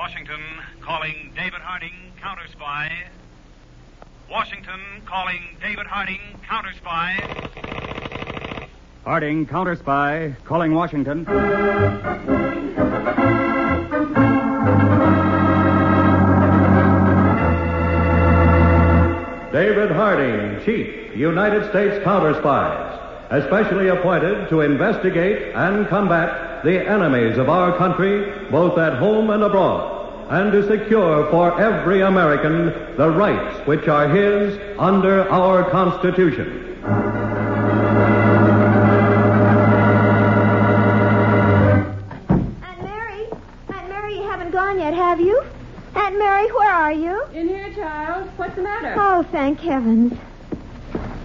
Washington calling David Harding counter spy. Washington calling David Harding counter spy. Harding, counter spy, calling Washington. David Harding, Chief, United States Counter Spies, especially appointed to investigate and combat the enemies of our country, both at home and abroad, and to secure for every American the rights which are his under our Constitution. Aunt Mary? Aunt Mary, you haven't gone yet, have you? Aunt Mary, where are you? In here, child. What's the matter? Oh, thank heavens.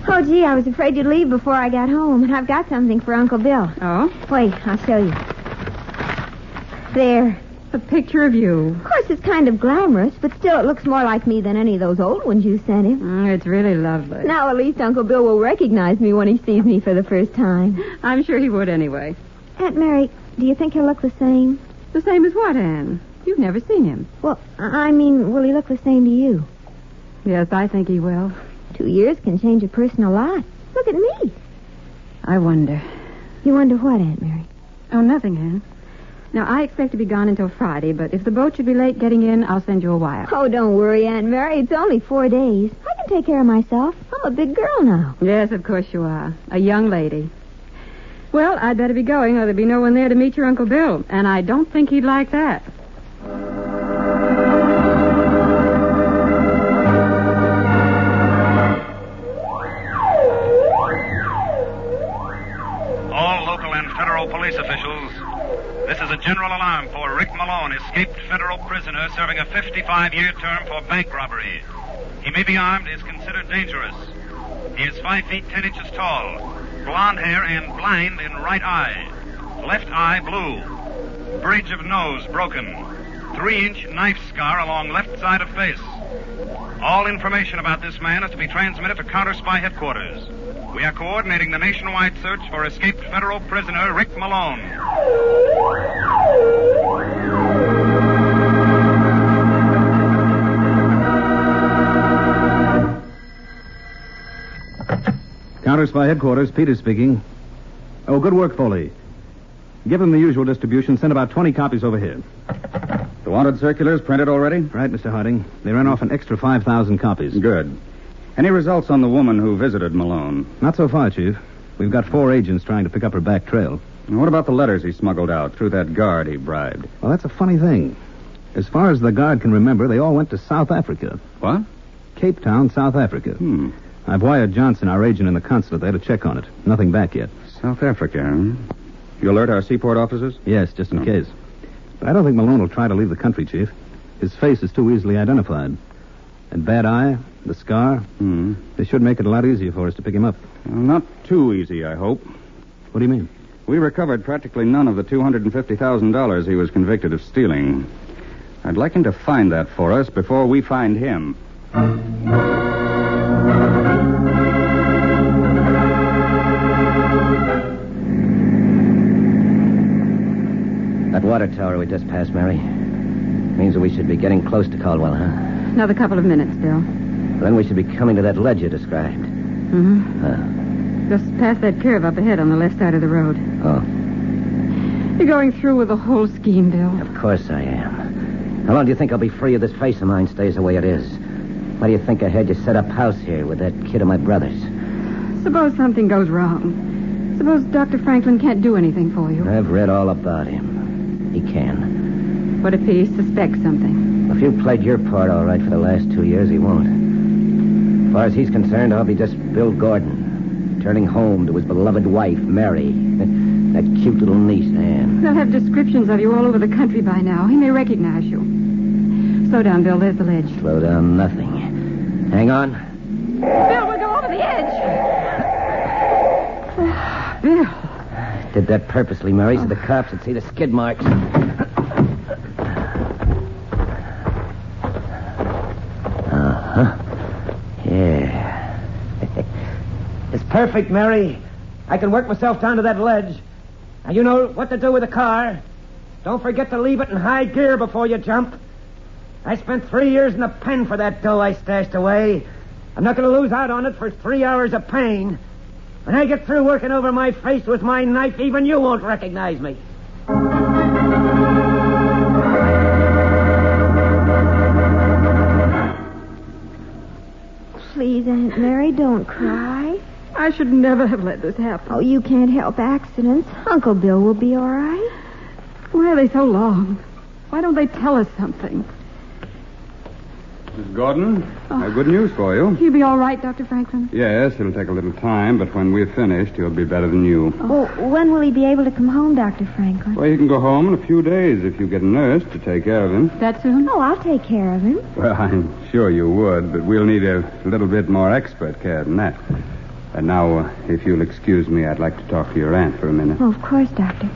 Oh, gee, I was afraid you'd leave before I got home, and I've got something for Uncle Bill. Oh? Wait, I'll show you. There. A picture of you. Of course, it's kind of glamorous, but still, it looks more like me than any of those old ones you sent him. Mm, it's really lovely. Now, at least Uncle Bill will recognize me when he sees me for the first time. I'm sure he would anyway. Aunt Mary, do you think he'll look the same? The same as what, Anne? You've never seen him. Well, I I mean, will he look the same to you? Yes, I think he will. Two years can change a person a lot. Look at me. I wonder. You wonder what, Aunt Mary? Oh, nothing, Anne. Now, I expect to be gone until Friday, but if the boat should be late getting in, I'll send you a wire. Oh, don't worry, Aunt Mary. It's only four days. I can take care of myself. I'm a big girl now. Yes, of course you are. A young lady. Well, I'd better be going, or there'll be no one there to meet your Uncle Bill, and I don't think he'd like that. All local and federal police officials. This is a general alarm for Rick Malone, escaped federal prisoner serving a 55 year term for bank robbery. He may be armed, is considered dangerous. He is 5 feet 10 inches tall, blond hair, and blind in right eye. Left eye blue. Bridge of nose broken. Three inch knife scar along left side of face. All information about this man is to be transmitted to Counter Spy Headquarters. We are coordinating the nationwide search for escaped federal prisoner Rick Malone. Counter spy headquarters, Peter speaking. Oh, good work, Foley. Give him the usual distribution. Send about 20 copies over here. The wanted circulars printed already? Right, Mr. Harding. They ran off an extra 5,000 copies. Good. Any results on the woman who visited Malone? Not so far, Chief. We've got four agents trying to pick up her back trail. And what about the letters he smuggled out through that guard he bribed? Well, that's a funny thing. As far as the guard can remember, they all went to South Africa. What? Cape Town, South Africa. Hmm. I've wired Johnson, our agent in the consulate there, to check on it. Nothing back yet. South Africa, huh? You alert our seaport officers? Yes, just Oh. in case. But I don't think Malone will try to leave the country, Chief. His face is too easily identified. And bad eye, the scar, Hmm. this should make it a lot easier for us to pick him up. Well, not too easy, I hope. What do you mean? We recovered practically none of the $250,000 he was convicted of stealing. I'd like him to find that for us before we find him. That water tower we just passed, Mary. Means that we should be getting close to Caldwell, huh? Another couple of minutes, Bill. Then we should be coming to that ledge you described. Mm-hmm. Huh. Just past that curve up ahead on the left side of the road. Oh, You're going through with the whole scheme, Bill. of course I am. How long do you think I'll be free if this face of mine stays the way it is? Why do you think I had you set up house here with that kid of my brother's? Suppose something goes wrong. Suppose Dr. Franklin can't do anything for you. I've read all about him. He can. What if he suspects something? If you played your part all right for the last two years, he won't. As far as he's concerned, I'll be just Bill Gordon, returning home to his beloved wife, Mary. that cute little niece, Anne. They'll have descriptions of you all over the country by now. He may recognize you. Slow down, Bill. There's the ledge. Slow down, nothing. Hang on. Bill, we'll go over the edge. Bill. Did that purposely, Mary, so the cops would see the skid marks. Uh-huh. Perfect, Mary. I can work myself down to that ledge. Now you know what to do with the car. Don't forget to leave it in high gear before you jump. I spent three years in the pen for that dough I stashed away. I'm not going to lose out on it for three hours of pain. When I get through working over my face with my knife, even you won't recognize me. Please, Aunt Mary, don't cry. I should never have let this happen. Oh, you can't help accidents. Uncle Bill will be all right. Why are they so long? Why don't they tell us something? Miss Gordon, I've good news for you. He'll be all right, Dr. Franklin. Yes, it'll take a little time, but when we're finished, he'll be better than you. Well, Oh, when will he be able to come home, Dr. Franklin? Well, you can go home in a few days if you get a nurse to take care of him. That soon? Oh, I'll take care of him. Well, I'm sure you would, but we'll need a little bit more expert care than that. And now, uh, if you'll excuse me, I'd like to talk to your aunt for a minute. Oh, of course, Doctor.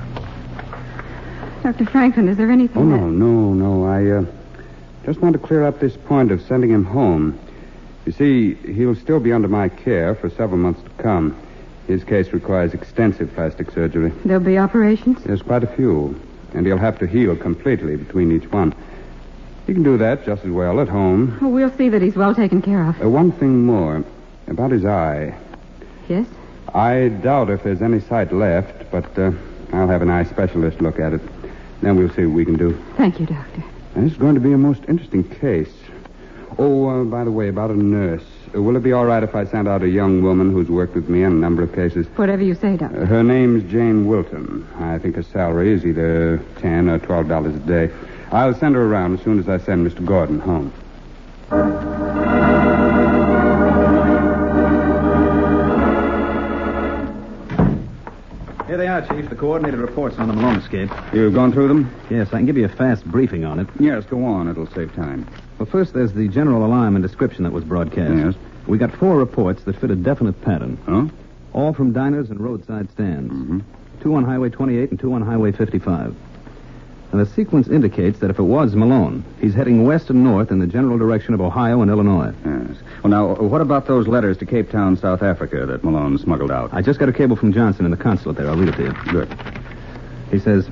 Dr. Franklin, is there anything Oh, no, that... no, no. I uh, just want to clear up this point of sending him home. You see, he'll still be under my care for several months to come. His case requires extensive plastic surgery. There'll be operations? There's quite a few, and he'll have to heal completely between each one. He can do that just as well at home. Oh, we'll see that he's well taken care of. Uh, one thing more about his eye. Yes? I doubt if there's any sight left, but uh, I'll have an eye specialist look at it. Then we'll see what we can do. Thank you, Doctor. And This is going to be a most interesting case. Oh, uh, by the way, about a nurse. Uh, will it be all right if I send out a young woman who's worked with me on a number of cases? Whatever you say, Doctor. Uh, her name's Jane Wilton. I think her salary is either ten or twelve dollars a day. I'll send her around as soon as I send Mr. Gordon home. Here they are, Chief. The coordinated reports on the Malone escape. You've gone through them? Yes, I can give you a fast briefing on it. Yes, go on. It'll save time. Well, first, there's the general alarm and description that was broadcast. Yes. We got four reports that fit a definite pattern, Huh? all from diners and roadside stands. Mm-hmm. Two on Highway 28 and two on Highway 55. And the sequence indicates that if it was Malone, he's heading west and north in the general direction of Ohio and Illinois. Yes. Well, now, uh, what about those letters to Cape Town, South Africa, that Malone smuggled out? I just got a cable from Johnson in the consulate there. I'll read it to you. Good. He says,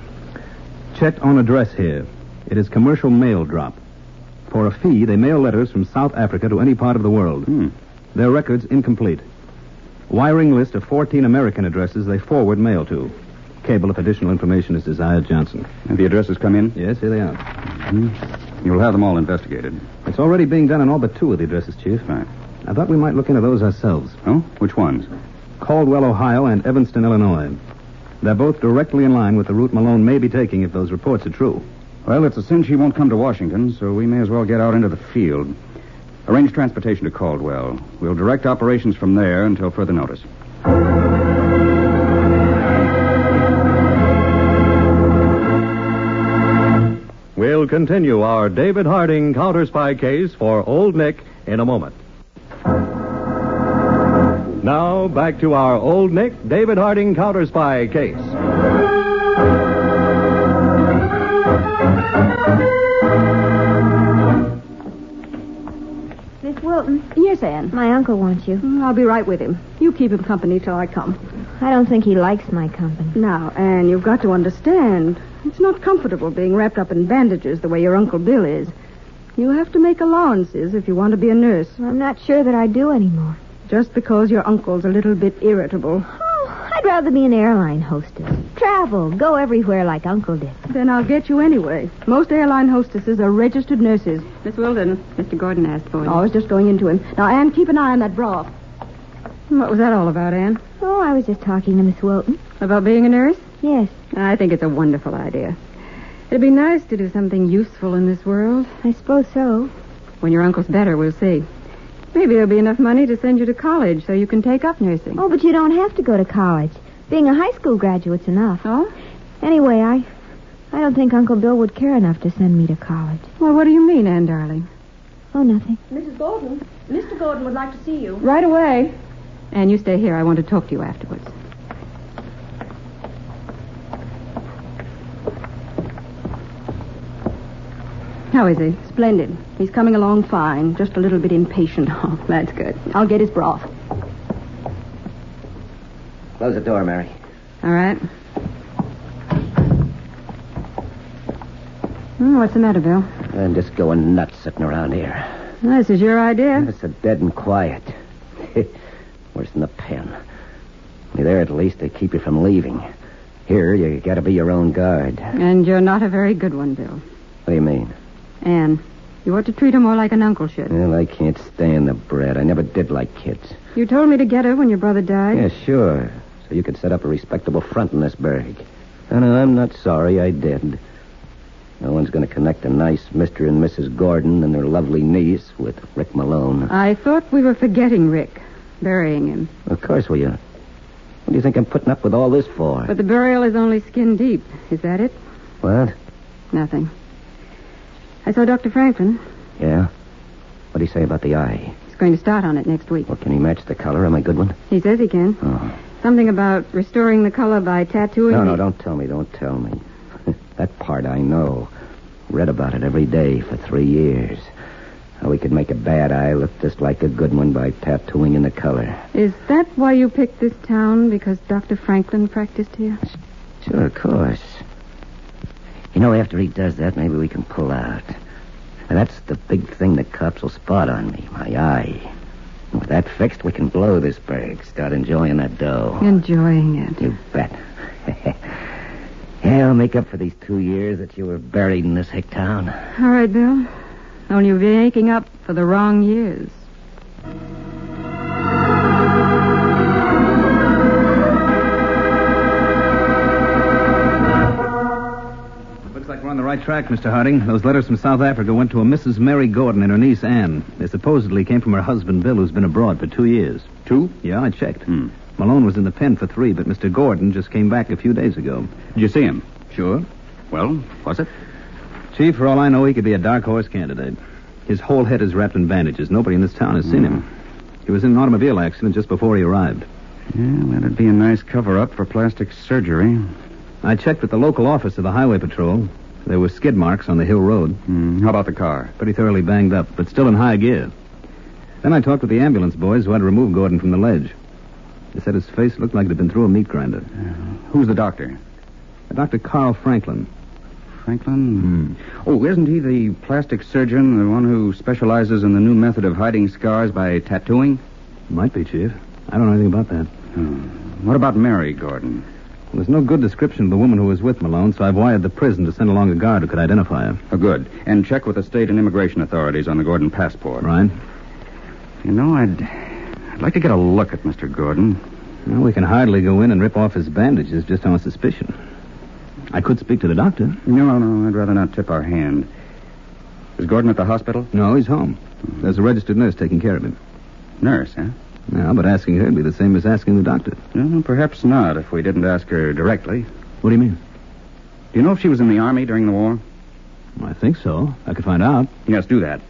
Checked on address here. It is commercial mail drop. For a fee, they mail letters from South Africa to any part of the world. Hmm. Their records incomplete. Wiring list of 14 American addresses they forward mail to. Cable if additional information is desired, Johnson. Have the addresses come in? Yes, here they are. You'll have them all investigated. It's already being done on all but two of the addresses, Chief. Right. I thought we might look into those ourselves. Oh? Which ones? Caldwell, Ohio, and Evanston, Illinois. They're both directly in line with the route Malone may be taking if those reports are true. Well, it's a cinch he won't come to Washington, so we may as well get out into the field. Arrange transportation to Caldwell. We'll direct operations from there until further notice. We'll continue our David Harding counter spy case for Old Nick in a moment. Now, back to our Old Nick David Harding counter spy case. Miss Wilton, Yes, Anne. Mm, my uncle wants you. I'll be right with him. You keep him company till I come. I don't think he likes my company. Now, Anne, you've got to understand. It's not comfortable being wrapped up in bandages the way your Uncle Bill is. You have to make allowances if you want to be a nurse. Well, I'm not sure that I do anymore. Just because your uncle's a little bit irritable. Oh, I'd rather be an airline hostess. Travel, go everywhere like Uncle did. Then I'll get you anyway. Most airline hostesses are registered nurses. Miss Wilden, Mr. Gordon asked for you. Oh, I was just going into him. Now, Anne, keep an eye on that bra. What was that all about, Anne? Oh, I was just talking to Miss Wilton. About being a nurse? Yes, I think it's a wonderful idea. It'd be nice to do something useful in this world. I suppose so. When your uncle's better, we'll see. Maybe there'll be enough money to send you to college so you can take up nursing. Oh, but you don't have to go to college. Being a high school graduate's enough. Oh? Anyway, I I don't think Uncle Bill would care enough to send me to college. Well, what do you mean, Anne, darling? Oh, nothing. Mrs. Gordon, Mr. Gordon would like to see you. Right away. Anne, you stay here. I want to talk to you afterwards. How is he? Splendid. He's coming along fine. Just a little bit impatient. Oh, that's good. I'll get his broth. Close the door, Mary. All right. Hmm, what's the matter, Bill? I'm just going nuts sitting around here. Well, this is your idea. It's so dead and quiet. Worse than the pen. Only There, at least, they keep you from leaving. Here, you gotta be your own guard. What And you're not a very good one, Bill. do you mean? Anne, you ought to treat her more like an uncle should. Well, I can't stand the brat. I never did like kids. You told me to get her when your brother died. Yeah, sure. So you could set up a respectable front in this burg. And I'm not sorry I did. No one's going to connect a nice Mr. and Mrs. Gordon and their lovely niece with Rick Malone. I thought we were forgetting Rick, burying him. Of course we are. What do you think I'm putting up with all this for? But the burial is only skin deep. Is that it? What? Nothing. I saw Dr. Franklin. Yeah? What'd he say about the eye? He's going to start on it next week. Well, can he match the color? Am I a good one? He says he can. Oh. Something about restoring the color by tattooing. No, it. no, don't tell me, don't tell me. that part I know. Read about it every day for three years. How we could make a bad eye look just like a good one by tattooing in the color. Is that why you picked this town? Because Dr. Franklin practiced here? Sure, of course. You know, after he does that, maybe we can pull out. And that's the big thing the cops will spot on me, my eye. And with that fixed, we can blow this bag, start enjoying that dough. Enjoying it. You bet. yeah, I'll make up for these two years that you were buried in this hick town. All right, Bill. Only you'll be making up for the wrong years. Looks like we're on the right track, Mr. Harding. Those letters from South Africa went to a Mrs. Mary Gordon and her niece Anne. They supposedly came from her husband Bill, who's been abroad for two years. Two? Yeah, I checked. Malone was in the pen for three, but Mr. Gordon just came back a few days ago. Did you see him? Sure. Well, was it? Chief, for all I know, he could be a dark horse candidate. His whole head is wrapped in bandages. Nobody in this town has seen him. He was in an automobile accident just before he arrived. Hmm. Yeah, that'd be a nice cover up for plastic surgery. I checked with the local office of the Highway Patrol. There were skid marks on the hill road. Hmm, How about the car? Pretty thoroughly banged up, but still in high gear. Then I talked with the ambulance boys who had to remove Gordon from the ledge. They said his face looked like it had been through a meat grinder. Who's the doctor? Dr. Carl Franklin. Franklin? Oh, isn't he the plastic surgeon, the one who specializes in the new method of hiding scars by tattooing? Might be, Chief. I don't know anything about that. Hmm. What about Mary Gordon? There's no good description of the woman who was with Malone, so I've wired the prison to send along a guard who could identify her. Oh, good. And check with the state and immigration authorities on the Gordon passport. Right. You know, I'd, I'd like to get a look at Mr. Gordon. Well, we can hardly go in and rip off his bandages just on suspicion. I could speak to the doctor. No, no, I'd rather not tip our hand. Is Gordon at the hospital? No, he's home. There's a registered nurse taking care of him. Nurse, huh? No, but asking her would be the same as asking the doctor. Well, perhaps not if we didn't ask her directly. Do What do you mean? you know if she was in the Army during the war? I think so. I could find out. Yes, do that.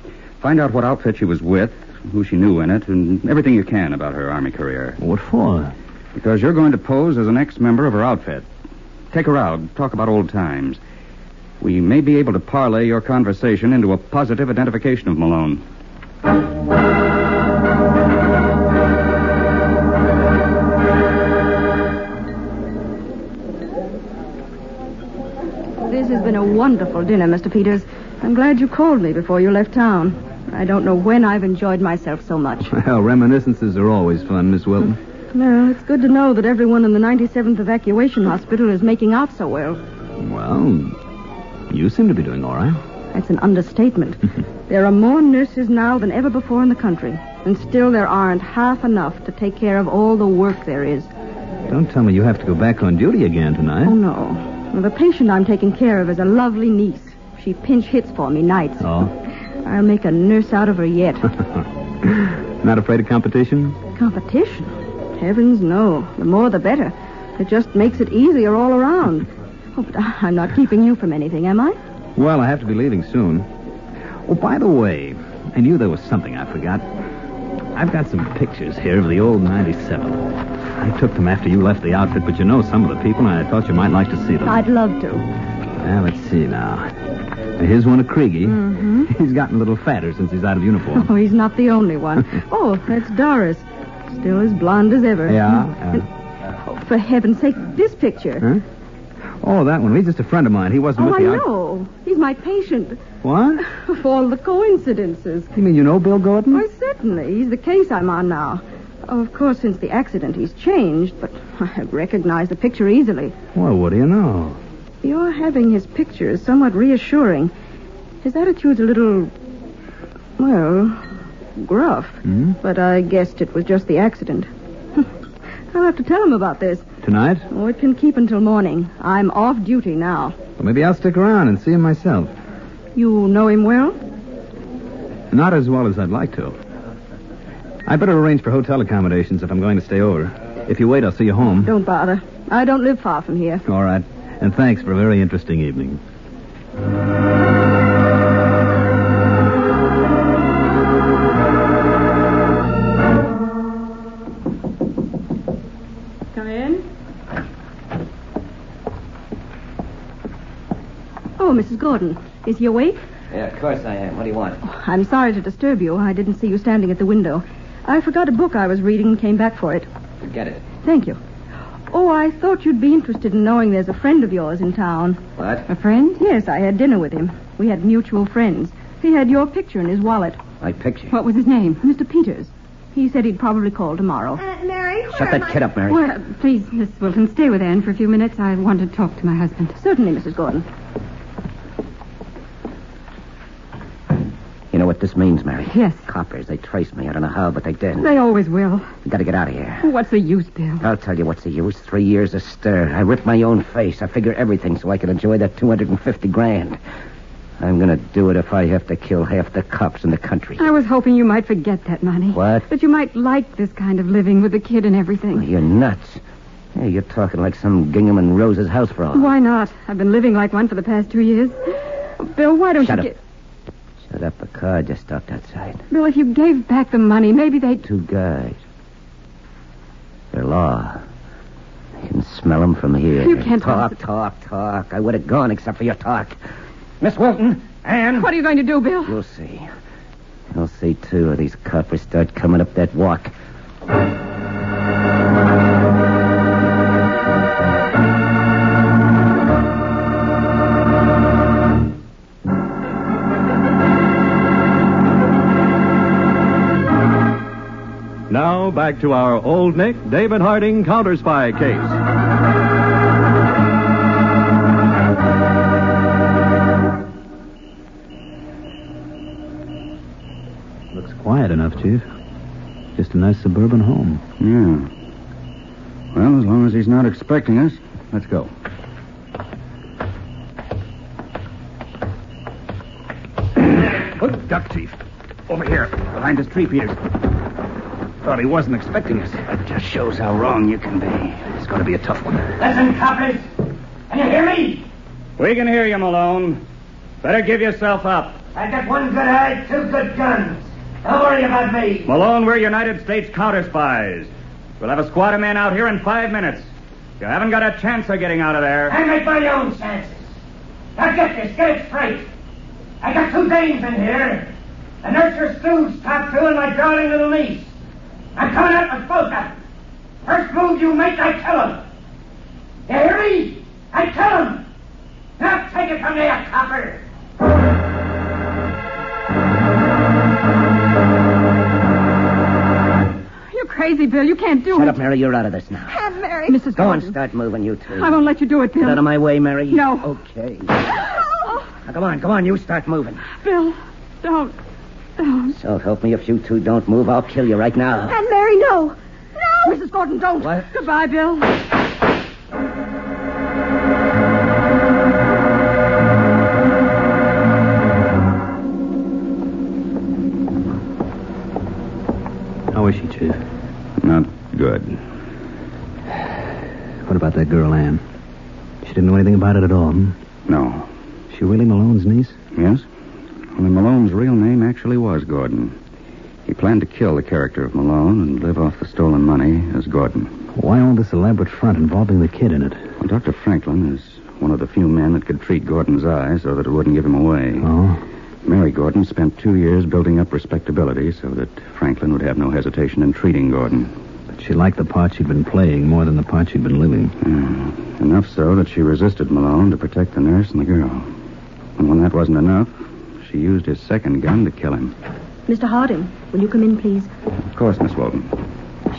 Find out what outfit she was with, who she knew in it, and everything you can about her Army career. What for? Because you're going to pose as an ex member of her outfit. Take her out, talk about old times. We may be able to parlay your conversation into a positive identification of Malone. This has been a wonderful dinner, Mr. Peters. I'm glad you called me before you left town. I don't know when I've enjoyed myself so much. Well, reminiscences are always fun, Miss Wilton. Well, it's good to know that everyone in the 97th Evacuation Hospital is making out so well. Well, you seem to be doing all right. That's an understatement. there are more nurses now than ever before in the country, and still there aren't half enough to take care of all the work there is. Don't tell me you have to go back on duty again Oh, tonight. no. Well, the patient I'm taking care of is a lovely niece. She pinch hits for me nights. Oh. I'll make a nurse out of her yet. Not afraid of competition? Competition? Heavens, no. The more, the better. It just makes it easier all around. Oh, but I- I'm not keeping you from anything, am I? Well, I have to be leaving soon. Oh, by the way, I knew there was something I forgot. I've got some pictures here of the old 97. I took them after you left the outfit, but you know some of the people, and I thought you might like to see them. I'd love to. Now, let's see now. Here's one of Kriege. Mm-hmm. He's gotten a little fatter since he's out of uniform. Oh, he's not the only one. Oh, that's Doris. Still as blonde as ever. yeah. And- oh, uh, for heaven's sake, this picture. Huh? Oh, that one. He's just a friend of mine. He wasn't Oh, with I you. know. He's my patient. What? Of all the coincidences. You mean you know Bill Gordon? Why, certainly. He's the case I'm on now. Oh, of course, since the accident, he's changed, but I've recognized the picture easily. Well, what do you know? Your having his picture is somewhat reassuring. His attitude's a little, well, gruff. Hmm? But I guessed it was just the accident. I'll have to tell him about this. Tonight? Oh, it can keep until morning. I'm off duty now. Well, maybe I'll stick around and see him myself. You know him well? Not as well as I'd like to. I'd better arrange for hotel accommodations if I'm going to stay over. If you wait, I'll see you home. Don't bother. I don't live far from here. All right. And thanks for a very interesting evening. Come in. Oh, Mrs. Gordon, is he awake? Oh, Yeah, of course I am. What do you want? I'm sorry to disturb you. I didn't see you standing at the window. I forgot a book I was reading and came back for it. Forget it. Thank you. Oh, I thought you'd be interested in knowing there's a friend of yours in town. What? A friend? Yes, I had dinner with him. We had mutual friends. He had your picture in his wallet. My picture. What was his name? Mr. Peters. He said he'd probably call tomorrow. Aunt Uh, Mary, where Shut am that I- kid up, Mary. Well, please, Miss Wilton, stay with Anne for a few minutes. I want to talk to my husband. Certainly, Mrs. Gordon. You know what this means, Mary? Yes. Coppers, they traced me. I don't know how, but they did. They always will. We gotta get out of here. What's the use, Bill? I'll tell you what's the use. Three years of stir. I ripped my own face. I figure everything so I can enjoy that 250 grand. I'm gonna do it if I have to kill half the cops in the country. I was hoping you might forget that money. What? That you might like this kind of living with the kid and Oh, everything. You're nuts. Yeah, you're talking like some gingham and Rose's house frog. Why not? I've been living like one for the past two years. Bill, why don't Shut you up. gi- Shut up. A car just stopped outside. Bill, if you gave back the money, maybe they'd... Two guys. They're law. I can smell them from here. You can't talk, possibly- talk, talk. I would have gone except for your talk. Miss Wilton, Anne. What are you going to do, Bill? You'll see. You'll see, too, these coppers start coming up that walk. Now back to our old Nick David Harding counter spy case. Looks quiet enough, Chief. Just a nice suburban home. Yeah. Well, as long as he's not expecting us, let's go. Look, duck, Chief. Over here, behind this tree, Peters. Thought he wasn't expecting us. That just shows how wrong you can be. It's going to be a tough one. Listen, coppers. Can you hear me? We can hear you, Malone. Better give yourself up. I got one good eye, two good guns. Don't worry about me. Malone, we're United States counter spies. We'll have a squad of men out here in five minutes. You haven't got a chance of getting out of there. I make my own chances. Now get this, get it straight. I got two dames in here. An nurture Stu's top two and my darling little niece. I'm coming out with both of them. First move you make, I kill him. You hear me? I kill him. Now take it from there, copper. You're crazy, Bill. You can't do Shut it. up, Mary. You're out of this now. Aunt Mary. Mrs. Go on, Gordon. start moving, you two. I won't let you do it, Bill. Get out of my way, Mary. No. Okay. Now, come on, come on. You start moving. Bill, don't. Don't. So help me if you two don't move, I'll kill you right now. Aunt Mary, no. Mrs. Gordon, don't. What? Goodbye, Bill. How is she, Chief? Not good. What about that girl, Anne? She didn't know anything about it at all. Hmm? No. She really Malone's niece? Yes? Only Malone's real name actually was Gordon. He planned to kill the character of Malone and live off the stolen money as Gordon. Why all this elaborate front involving the kid in it? Well, Dr. Franklin is one of the few men that could treat Gordon's eye so that it wouldn't give him away. Oh, Mary Gordon spent two years building up respectability so that Franklin would have no hesitation in treating Gordon. But She liked the part she'd been playing more than the part she'd been living. Hmm. Enough so that she resisted Malone to protect the nurse and the girl. And when that wasn't enough, she used his second gun to kill him. Mr. Harding, will you come in, please? Of course, Miss Walton.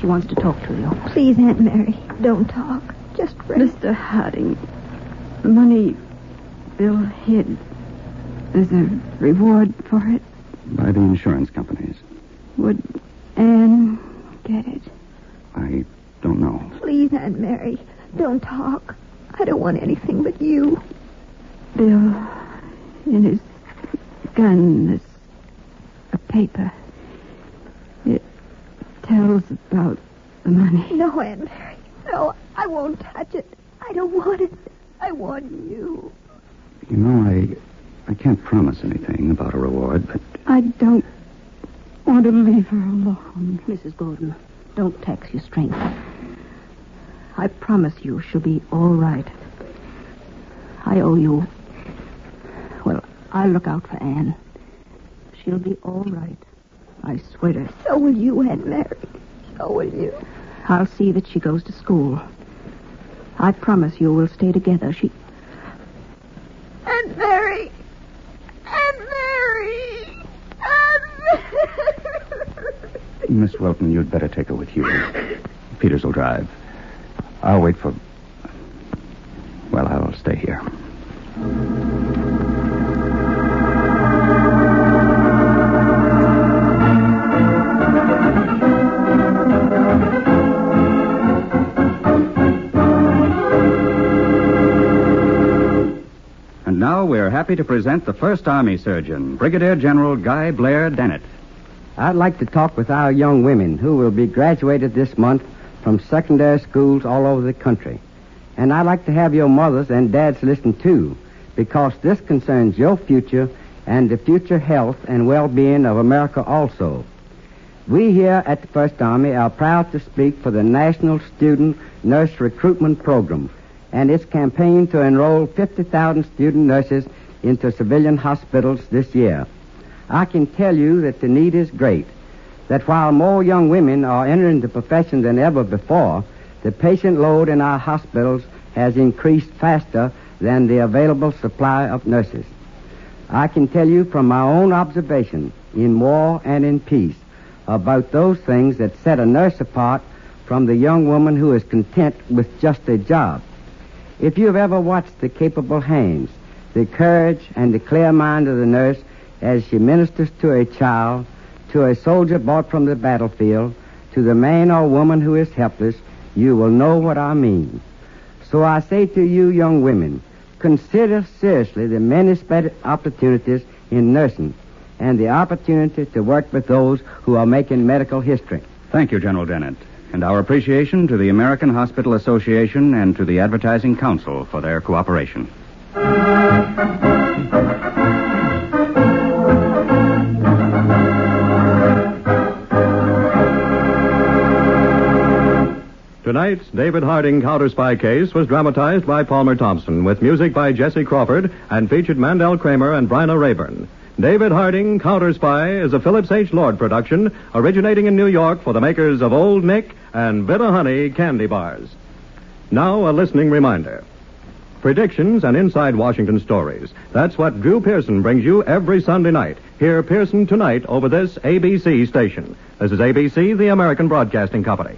She wants to talk to you. Please, Aunt Mary, don't talk. Just rest. Mr. Harding, money Bill hid. There's a reward for it. By the insurance companies. Would Anne get it? I don't know. Please, Aunt Mary, don't talk. I don't want anything but you. Bill, in his gun, there's a paper. It tells about the money. No, Aunt Mary. No, I won't touch it. I don't want it. I want you. You know, I I can't promise anything about a reward, but I don't want to leave her alone. Mrs. Gordon, don't tax your strength. I promise you she'll be all right. I owe you. Well, I'll look out for Anne. She'll be all right. I swear it. So will you, Aunt Mary. So will you. I'll see that she goes to school. I promise you we'll stay together. She. Aunt Mary. Aunt Mary. Aunt Mary. Miss Wilton, you'd better take her with you. Peters will drive. I'll wait for. Well, I'll stay here. And now we're happy to present the first Army surgeon, Brigadier General Guy Blair Dennett. I'd like to talk with our young women who will be graduated this month from secondary schools all over the country. And I'd like to have your mothers and dads listen too, because this concerns your future and the future health and well-being of America also. We here at the First Army are proud to speak for the National Student Nurse Recruitment Program and its campaign to enroll 50,000 student nurses into civilian hospitals this year. I can tell you that the need is great. That while more young women are entering the profession than ever before, the patient load in our hospitals has increased faster than the available supply of nurses. I can tell you from my own observation in war and in peace about those things that set a nurse apart from the young woman who is content with just a job. If you've ever watched the capable hands, the courage and the clear mind of the nurse as she ministers to a child, to a soldier brought from the battlefield, to the man or woman who is helpless, you will know what I mean. So I say to you, young women, consider seriously the many spread opportunities in nursing and the opportunity to work with those who are making medical history. Thank you, General Dennett, and our appreciation to the American Hospital Association and to the Advertising Council for their cooperation. Tonight's David Harding counter spy case was dramatized by Palmer Thompson with music by Jesse Crawford and featured Mandel Kramer and Bryna Rayburn. David Harding counter spy is a Phillips H. Lord production originating in New York for the makers of Old Nick and Bitter Honey candy bars. Now a listening reminder. Predictions and inside Washington stories. That's what Drew Pearson brings you every Sunday night. Hear Pearson tonight over this ABC station. This is ABC, the American Broadcasting Company.